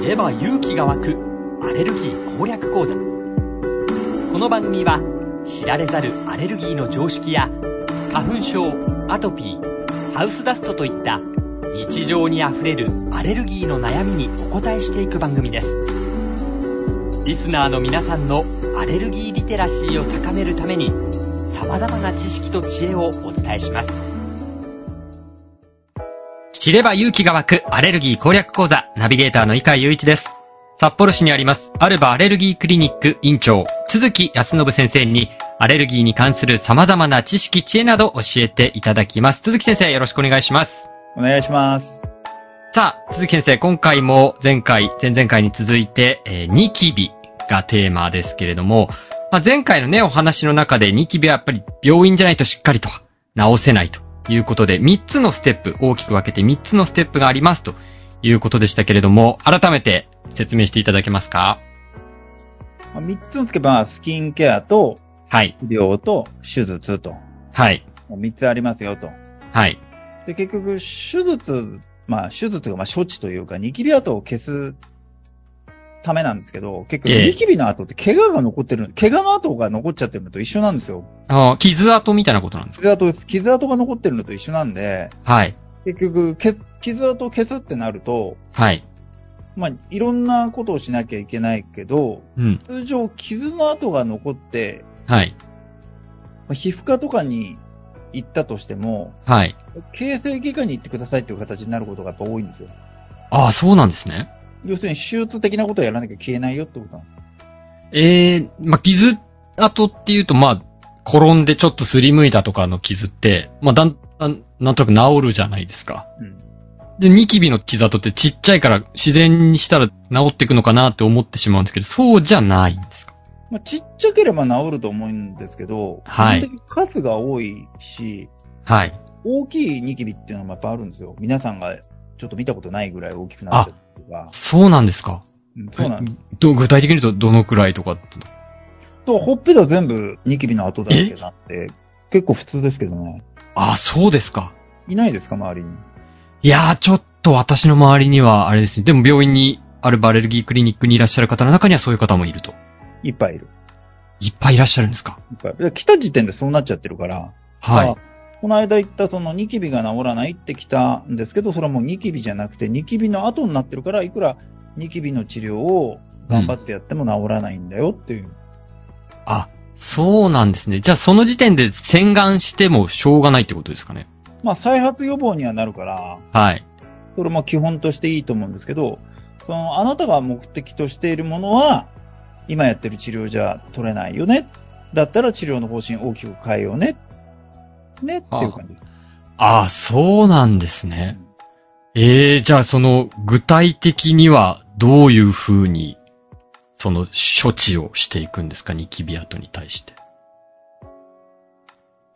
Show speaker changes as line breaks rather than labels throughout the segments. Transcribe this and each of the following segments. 知れば勇気が湧くアレルギー攻略講座この番組は知られざるアレルギーの常識や花粉症アトピーハウスダストといった日常にあふれるアレルギーの悩みにお答えしていく番組ですリスナーの皆さんのアレルギーリテラシーを高めるために様々な知識と知恵をお伝えします知れば勇気が湧くアレルギー攻略講座ナビゲーターの井川祐一です。札幌市にありますアルバアレルギークリニック院長、鈴木康信先生にアレルギーに関する様々な知識、知恵など教えていただきます。鈴木先生よろしくお願いします。
お願いします。
さあ、鈴木先生、今回も前回、前々回に続いて、えーニキビがテーマですけれども、まあ、前回のね、お話の中でニキビはやっぱり病院じゃないとしっかりと治せないということで、3つのステップ、大きく分けて3つのステップがありますということでしたけれども、改めて説明していただけますか
まあ三つのつけば、スキンケアと、
はい、
医療と、手術と。
はい、
まあ三つありますよと。
はい、
で、結局、手術、まあ、手術が、まあ、処置というか、ニキビ跡を消すためなんですけど、結局、
ええ
ニキビの跡って怪我が残ってる、怪我の跡が残っちゃってるのと一緒なんですよ。
あー傷跡みたいなことなんです
傷跡、傷跡が残ってるのと一緒なんで、
かはい、
結局、け傷跡を消すってなると、
はい、
まあ、いろんなことをしなきゃいけないけど、
うん、
通常、傷の跡が残って、
はい、
まあ皮膚科とかに行ったとしても、
はい。
形成外科に行ってくださいっていう形になることがやっぱ多いんですよ。
ああ、そうなんですね。
要するに手術的なことをやらなきゃ消えないよってことなんです。
ええまあ、傷跡っていうと、まあ、転んでちょっとすりむいたとかの傷って、まあ、だんだん、なんとなく治るじゃないですか。
うん。
で、ニキビの傷跡ってちっちゃいから自然にしたら治っていくのかなって思ってしまうんですけど、そうじゃないんですか。
まあ、ちっちゃければ治ると思うんですけど、
はい
基本的に数が多いし、
はい。
大きいニキビっていうのもやっぱあるんですよ。皆さんがちょっと見たことないぐらい大きくなっちゃったりとか。
そうなんですか。
うんそうなんです。
えど具体的に言うとどのくらいとかって。
と、ほっぺた全部ニキビの跡だらけなんて、結構普通ですけどね。
ああ、そうですか。
いないですか、周りに。
いやー、ちょっと私の周りには、あれですね。でも病院にあるバレルギークリニックにいらっしゃる方の中にはそういう方もいると。
いっぱいいる。
いっぱいいらっしゃるんですか。
いっぱいいる。で来た時点でそうなっちゃってるから、
はい。
あこの間言ったそのニキビが治らないって来たんですけど、それはもうニキビじゃなくて、ニキビの後になってるから、いくらニキビの治療を頑張ってやっても治らないんだよっていう。
あ、そうなんですね。じゃあその時点で洗顔してもしょうがないってことですかね。
まあ再発予防にはなるから、
はい。
それも基本としていいと思うんですけど、そのあなたが目的としているものは、今やってる治療じゃ取れないよね。だったら治療の方針大きく変えようね。ねっていう感じです。
あそうなんですね。ええじゃあその具体的にはどういうふうに、その処置をしていくんですかニキビ跡に対して。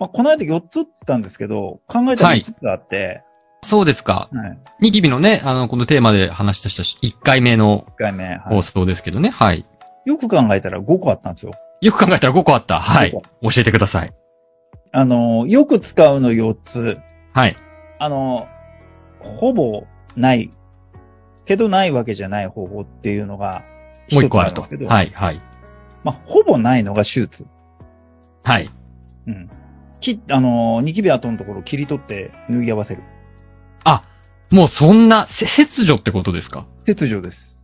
まあ、この間4つって言ったんですけど、考えたら
はい
5つがあって、
そうですか。
はい
ニキビのね、あの、このテーマで話した1回目の
1回目、はい
放送ですけどね。はい。
よく考えたら5個あったんですよ。
よく考えたら5個あった。はい。
5
教えてください。
あの、よく使うの4つ。
はい。
あの、ほぼない。けどないわけじゃない方法っていうのが、
もう1個ある
ん
と。
ですけど、
はい、はい。
まあ、ほぼないのが手術。
はい。
うん。き、あの、ニキビ跡のところを切り取って縫い合わせる。
あ、もうそんな、せ切除ってことですか
切除です。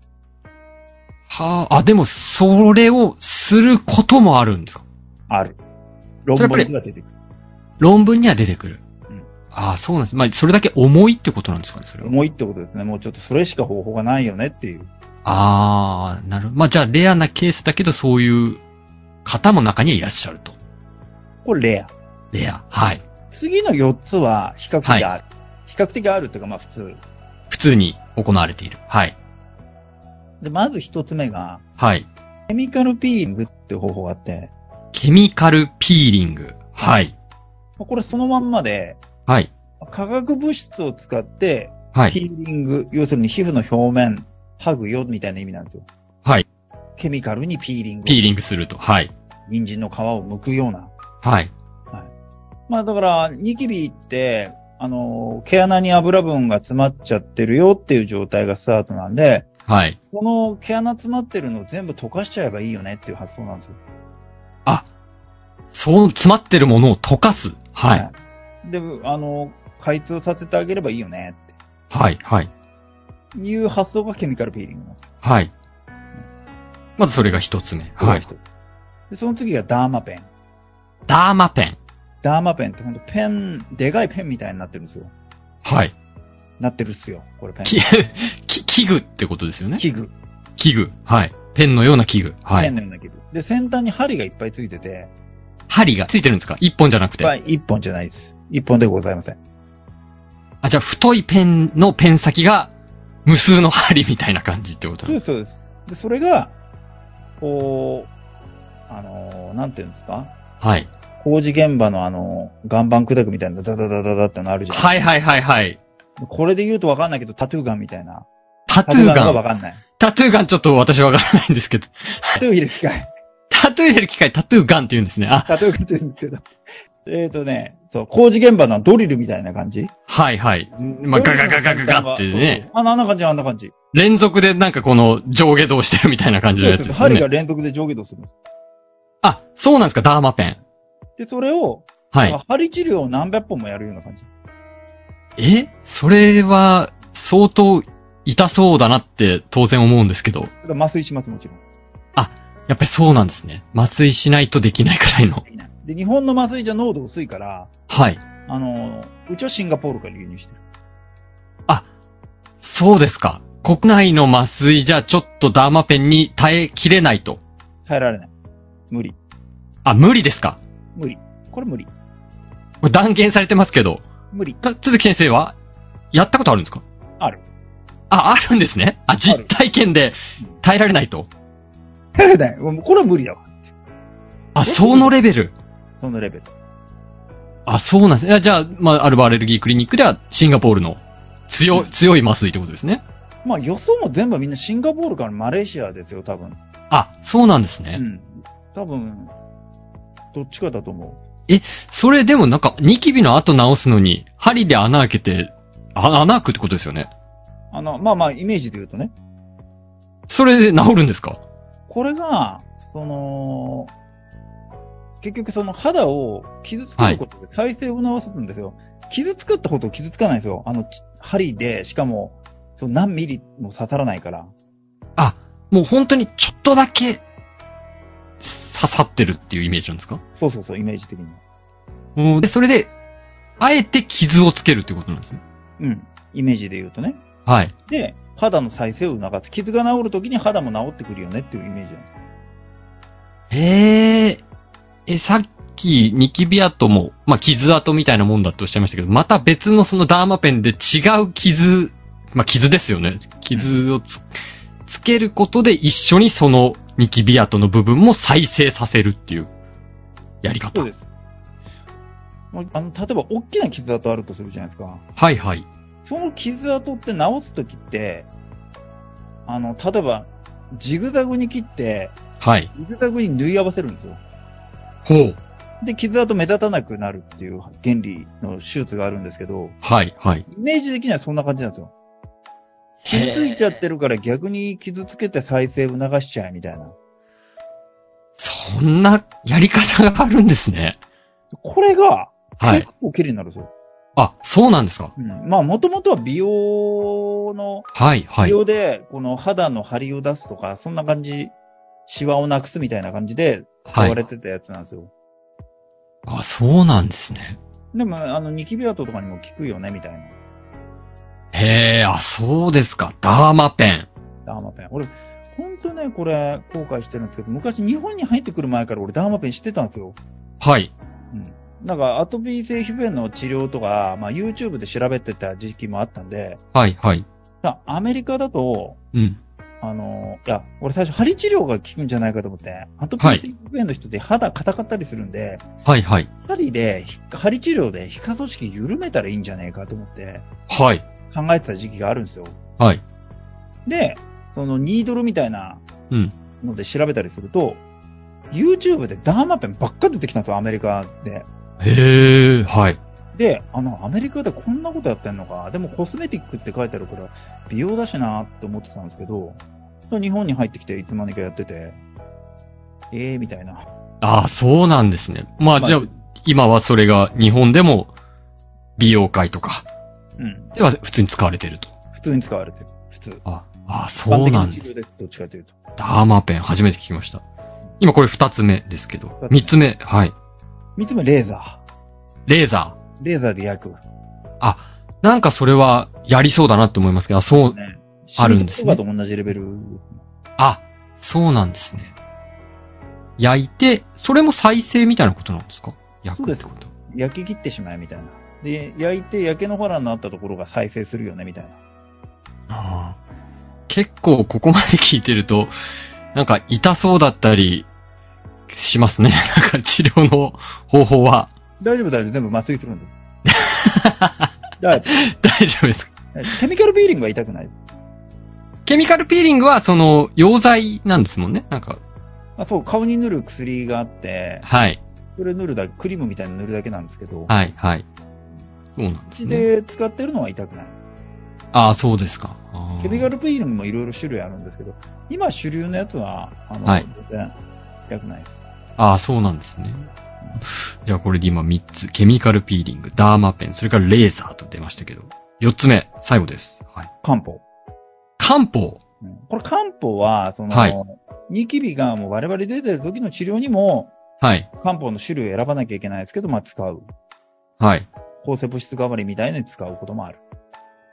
はあ、あ、でも、それをすることもあるんですか
ある。論
それやっ
文
ぱり
が出てくる。
論文には出てくる。
うん
ああ、そうなんです。まあ、それだけ重いってことなんですかね、それは。
重いってことですね。もうちょっとそれしか方法がないよねっていう。
ああ、なるまあ、じゃあ、レアなケースだけど、そういう方も中にはいらっしゃると。
これレア。
レア。はい。
次の4つは比較的ある。比較的あるっていうかまあ普通。
普通に行われている。はい。
で、まず一つ目が、
はい。
ケミカルピーリングっていう方法があって、
ケミカルピーリング。はい。
まあこれそのまんまで、
はい。
化学物質を使って、
はい。
ピーリング、要するに皮膚の表面、剥ぐよみたいな意味なんですよ。
はい。
ケミカルにピーリング。
ピーリングすると。はい。
人参の皮を剥くような。
はい。
まあだから、ニキビって、あの、毛穴に油分が詰まっちゃってるよっていう状態がスタートなんで、
はい。
この毛穴詰まってるのを全部溶かしちゃえばいいよねっていう発想なんですよ。
あ、そう詰まってるものを溶かす。はい。
い。で、あの、開通させてあげればいいよね
はい、はい、
っていう発想がケミカルピーリングなんですよ。
はい。まずそれが一つ目。はい。
で、その次がダーマペン。
ダーマペン。
ダーマペンってほんとペン、でかいペンみたいになってるんですよ。
はい。
なってるっすよ。これペン。
き、 き、器具ってことですよね。
器具。
器具。はい。ペンのような器具。は
ペン
い。
のような器具。で、先端に針がいっぱいついてて、
針がついてるんですか一本じゃなくて。
はい、一本じゃないです。一本でございません。
あ、じゃあ太いペンのペン先が無数の針みたいな感じってこと
そう
なんで
で、
す
そうです。で、それが、こう、あのーなんていうんですか
す。はい。
工事現場のあの、岩盤砕くみたいな、ダダダダダってのあるじゃん。
はいはいはいはい。
これで言うとわかんないけど、タトゥーガンみたいな。
タトゥー
が
ガ
わ
ン。
かんない。
タトゥーガンちょっと私わからないんですけど。
タトゥー入れる機械。
タトゥー入れる機械、タトゥーガンって言うんですね。 あ、
タトゥーガンって言うんですけど。えっとね、そう、工事現場のドリルみたいな感じ。
はいはい。まあ、ガガガガガガってね。
そう。あ、あんな感じ、あんな感じ。
連続でなんかこの上下動してるみたいな感じのやつですよ
針
ね
が。連続で上下動するんです。
あ、そうなんですか、ダーマペン。
で、それを、
はい。
針治療を何百本もやるような感じ。
えそれは、相当痛そうだなって当然思うんですけど。
だから麻酔します、もちろん。
やっぱりそうなんですね。麻酔しないとできないくらいの。
で、日本の麻酔じゃ濃度薄いから、
はい。
あのー、うちはシンガポールから輸入してる。
そうですか。国内の麻酔じゃちょっとダーマペンに耐えきれないと。
耐えられない。無理。
あ、無理ですか。
無理。これ無理。
これ断言されてますけど。
無理。
あ鈴木先生は、やったことあるんですか
ある。
あ、あるんですね。あ、実体験で
うん
耐えられないと。
耐えれない。もうこれは無理だわ。
あ、そのレベル。
そのレベル。
あ、そうなんですね。いやじゃあ、まあ、アルバアレルギークリニックでは、シンガポールの強い、強い麻酔ってことですね。
まあ予想も全部みんなシンガポールからマレーシアですよ、多分。
あ、そうなんです
う
ね。
ん。多分、どっちかだと思
それでもなんか、ニキビの後治すのに、針で穴開けて、あ穴開くってことですよね。
う。あの、まあまあ、イメージで言うとね。
それで治るんですか
これが、その、結局その肌を傷つけることで再生を促すんですよ。傷つくったことを傷つかないんですよ。あの、ち針で、しかも、その何ミリも刺さらないから。
あ、もう本当にちょっとだけ、刺さってるっていうイメージなんですか
そうそうそう、イメージ的には。
おーで、それで、あえて傷をつけるってことなんですね。
うん。イメージで言うとね。
はい。
で、肌の再生を促す。傷が治るときに肌も治ってくるよねっていうイメージなんです。
へえ。え、さっき、ニキビ跡も、まあ、傷跡みたいなもんだっておっしゃいましたけど、また別のそのダーマペンで違う傷、まあ、傷ですよね。傷をつ、つけることで一緒にそのニキビ跡の部分も再生させるっていうやり方。
です。もうあの例えば、大きな傷跡あるとするじゃないですか。
はいはい。
その傷跡って治すときって、あの、例えば、ジグザグに切って、
はい。
ジグザグに縫い合わせるんですよ。
ほう。
で、傷跡目立たなくなるっていう原理の手術があるんですけど、
はいはい。
イメージ的にはそんな感じなんですよ。傷
へ
ついちゃっ
え。
てるから逆に傷つけて再生を促しちゃえみたいな。
そんなやり方があるんですね。
これが、
はい
結。構綺麗になるんですよ。
あ、そうなんですか。
うん、まあ、もともとは美容の、
はいは
美
い。
容で、この肌の張りを出すとか、そんな感じ、シワをなくすみたいな感じで、
は
言わ
い。
れてたやつなんですよ。
あ、そうなんですね。
でも、あの、ニキビ跡とかにも効くよね、みたいな。
へえ、あ、そうですか。ダーマペン。
ダーマペン。俺、ほんとね、これ、後悔してるんですけど、昔日本に入ってくる前から俺、ダーマペン知ってたんですよ。
はい。
うん。なんか、アトピー性皮膚炎の治療とか、まあ、YouTube で調べてた時期もあったんで、
はい、はい。
まあアメリカだと、
うん。
あの、いや、俺最初、針治療が効くんじゃないかと思って、アトピー性皮膚炎の人って肌硬かったりするんで、
はい、はい。
針で、ひ針治療で皮下組織緩めたらいいんじゃないかと思って、
はい。
考えてた時期があるんですよ。
はい。
で、そのニードルみたいな
うん。
ので調べたりすると、YouTube でダーマペンばっか出てきたんですよ、アメリカで。
へえ、はい。
で、あの、アメリカでこんなことやってんのか。でもコスメティックって書いてあるから、美容だしなって思ってたんですけど、日本に入ってきていつまにかやってて、ええー、みたいな。
ああ、そうなんですね。まあ、
まあ
じゃあ、今はそれが日本でも美容界とか
うん。
では普通に使われてると。
普通に使われてる。普通。
ああ、そうなん
一
で
般的治療
す。
です。どっちかというと。
ダーマペン、初めて聞きました。今これ二つ目ですけど
二つ。目
三つ目、はい。
三つ目、レーザ
レーザー。
ー。レーザーで焼く。
なんかそれはやりそうだなって思いますけど、あ、そう、
ね。
あるんですね
シミとかと同じレベル。
あ、そうなんですね。焼いて、それも再生みたいなことなんですか焼くってこと。
焼き切ってしまえみたいな。で、焼いて焼け野原になったところが再生するよねみたいな。
ああ結構ここまで聞いてると、なんか痛そうだったりしますね。 なんか治療の方法は。
大丈夫大丈夫。全部麻酔するんで。だか
大丈夫ですか。
らケミカルビーリングは痛くない。
ケミカルピーリングはその溶剤なんですもんね。なんか、
あそう、顔に塗る薬があって、
はい、
それ塗るだけ、クリームみたいに塗るだけなんですけど、
はい、はい。そうなんです
血
ね。
で使ってるのは痛くない。
ああ、そうですか。ああ
ケミカルビーリングもいろいろ種類あるんですけど、今主流のやつは、あの、
はい
全然痛くないです。
ああ、そうなんですね。じゃあこれで今3つ。ケミカルピーリング、ダーマペン、それからレーザーと出ましたけど。4つ目、最後です。はい。
漢方。
漢方。
うんこれ漢方は、その、
はい
ニキビがもう我々出てる時の治療にも、
はい。
漢方の種類を選ばなきゃいけないですけど、まあ使う。
はい。
抗生物質代わりみたいに使うこともある。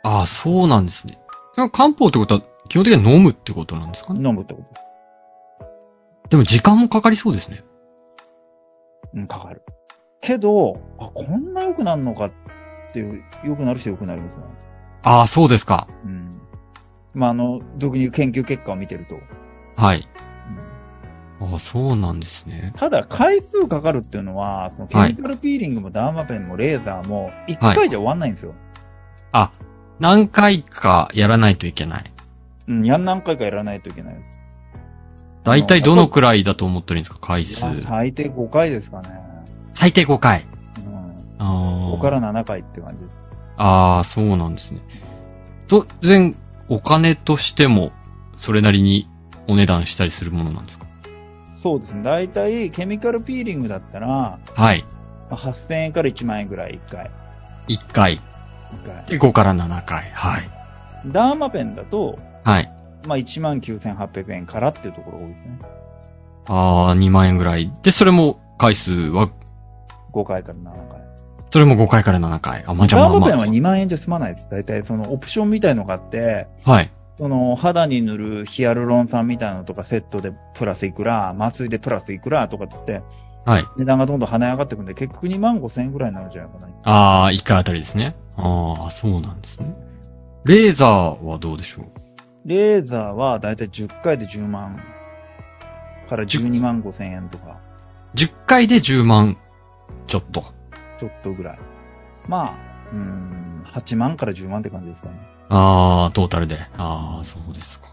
ああ、そうなんですね。でも漢方ってことは、基本的には飲むってことなんですかね。
飲むってこと。
でも時間もかかりそうですね。
うん、かかる。けど、あ、こんな良くなるのかっていう、良くなる人良くなりますね。
ああ、そうですか。
うん。まあ、あの、特に研究結果を見てると。うん
はい。ああ、そうなんですね。
ただ、回数かかるっていうのは、そのケミカルピーリングもダーマペンもレーザーも、一回じゃ終わんないんですよ。
あ、何回かやらないといけない。
うん、やん何回かやらないといけないです。
だいたいどのくらいだと思ってるんですか回数
ま。あ最低5回ですかね。
最低5回。
うん。
ああ。
5から7回って感じです。
ああ、そうなんですね。当然、お金としても、それなりにお値段したりするものなんですか
そうですね。大体、ケミカルピーリングだったら、ま
はい。
あ8000円から1万円ぐらい、1回。
1回、
1回。
で5から7回。はい。
ダーマペンだと、
はい。
まあ、19,800円からっていうところが多いですね。
ああ、2万円ぐらい。で、それも回数は、
5回から7回。
それも5回から7回。あ、まあ、じゃあ
ダ
まあ
ーマペン
ま
は2万円じゃ済まないです。大体、そのオプションみたいのがあって、
あ。はい。
その肌に塗るヒアルロン酸みたいなのとかセットでプラスいくら、麻酔でプラスいくらとかって言って、
はい。
値段がどんどん跳ね上がってくんで、結局2万5千円ぐらいになるんじゃないかな。
ああ、1回あたりですね。ああ、そうなんですね。レーザーはどうでしょう
レーザーは大体10回で10万から12万5千円とか、
?10 回で10万、ちょっと。
ちょっとぐらい。まあ、うーん、8万から10万って感じですかね。
ああ、トータルで。ああ、そうですか。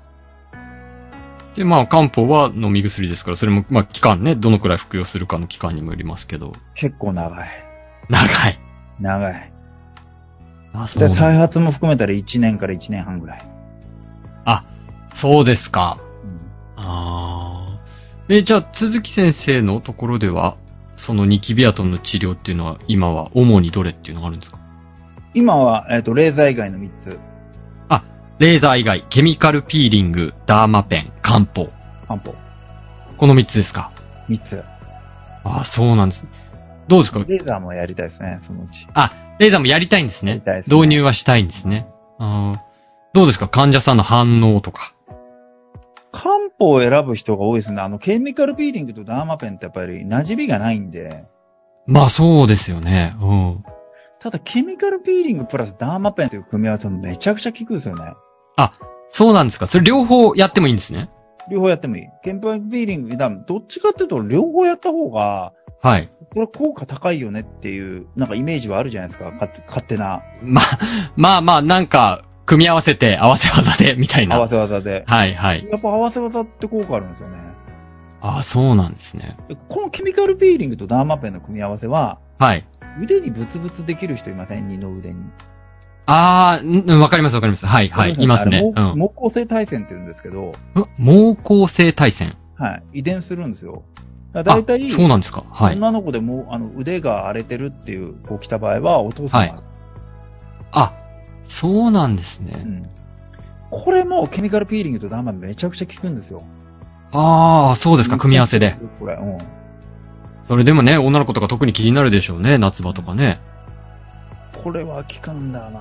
で、まあ、漢方は飲み薬ですから、それも、まあ、期間ね、どのくらい服用するかの期間にもよりますけど、
結構長い。
長い。
長い。
あそ
で、
う
再発も含めたら1年から1年半ぐらい。
あ、そうですか。
うん
ああ。え、じゃあ、鈴木先生のところでは、そのニキビアトンの治療っていうのは、今は主にどれっていうのがあるんですか
今は、えっ、と、レーザー以外の3つ、
レーザー以外、ケミカルピーリング、ダーマペン、漢方。
漢方、
この3つですか。
3つ。
ああ、そうなんです。どうですか
レーザーもやりたいですね、そのうち。
レーザーもやりたいんです
や
ね
り。たいですね
導入はしたいんですね。あーどうですか患者さんの反応とか。
漢方を選ぶ人が多いですね。あの、ケミカルピーリングとダーマペンってやっぱり馴染みがないんで、
まあそうですよね。うん。
ただ、ケミカルピーリングプラスダーマペンという組み合わせもめちゃくちゃ効くんですよね。
そうなんですかそれ両方やってもいいんですね。
両方やってもいい。ケミカルピーリング、だどっちかっていうと、両方やった方が、
はい。
それは効果高いよねっていう、なんかイメージはあるじゃないですか。かつ勝手な
ま あ、まあまあ、なんか、組み合わせて合わせ技で、 みたい
合わ
な。
せ技で。
はいはい。
やっぱ合わせ技って効果あるんですよね。
ああ、そうなんですね。
このケミカルピーリングとダーマペンの組み合わせは、
はい。
腕にブツブツできる人いません二の腕に。
あー、んわかりますわかります。はい、はい、いますね。う
あれ
ん。
もう毛孔性体線って言うんですけど、
うわ猛攻性対戦。
はい。遺伝するんですよ。だ
あ
いたい、
そうなんですか。はい。
女の子でも、あの、腕が荒れてるっていう子来た場合は、お父さん、
はいあ、そうなんですね。
うん。これも、ケミカルピーリングとダンバーめちゃくちゃ効くんですよ。
ああ、そうですか、組み合わせで。。
これ、うん。
それでもね、女の子とか特に気になるでしょうね、夏場とかね。
これは効くんだなぁ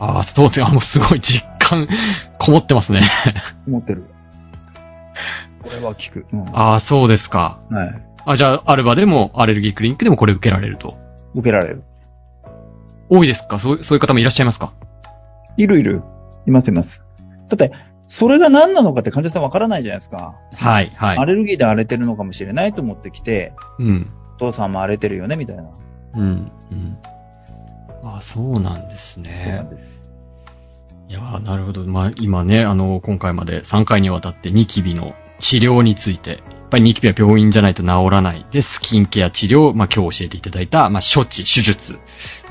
ああ、そうですあもうすごい実感、 こもってますね。
思ってる。これは効く。うん。は
ああ、そうですか。
い。
あ、じゃあ、アルバでも、アレルギークリニックでもこれ受けられると。
受けられる。
多いですかそうそういう方もいらっしゃいますか
いるいる。いますいます。だって、それが何なのかって患者さんわからないじゃないですか。
はい、は
ア
い。
レルギーで荒れてるのかもしれないと思ってきて、
うん。
お父さんも荒れてるよね、みたいな。
うん。うん。ああ、そうなんです
そうな
ね
ん。です
いやーなるほど。まあ、今ね、あの、今回まで3回にわたってニキビの治療について、やっぱりニキビは病院じゃないと治らない。で、スキンケア治療、まあ今日教えていただいた、まあ処置、手術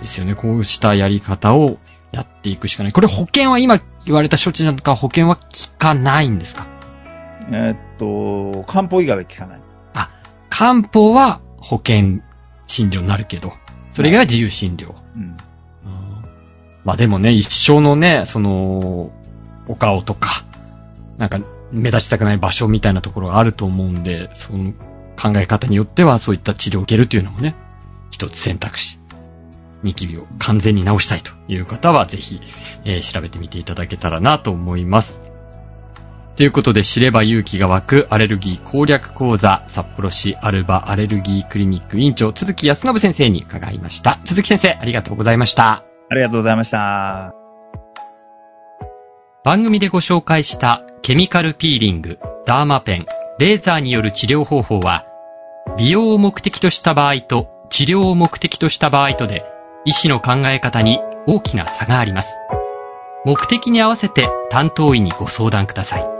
ですよね。こうしたやり方をやっていくしかない。これ保険は今言われた処置なんか保険は効かないんですか
えーっと、漢方以外は効かない。
漢方は保険診療になるけど、それ以外は自由診療。
うん。
まあでもね、一生のね、その、お顔とか、なんか目立ちたくない場所みたいなところがあると思うんで、その考え方によってはそういった治療を受けるというのもね、一つ選択肢。ニキビを完全に治したいという方はぜひ、えー調べてみていただけたらなと思います。ということで、知れば勇気が湧くアレルギー攻略講座、札幌市アルバアレルギークリニック委員長、鈴木康信先生に伺いました。鈴木先生、ありがとうございました。
ありがとうございました。
番組でご紹介したケミカルピーリング、ダーマペン、レーザーによる治療方法は、美容を目的とした場合と治療を目的とした場合とで、医師の考え方に大きな差があります。目的に合わせて担当医にご相談ください。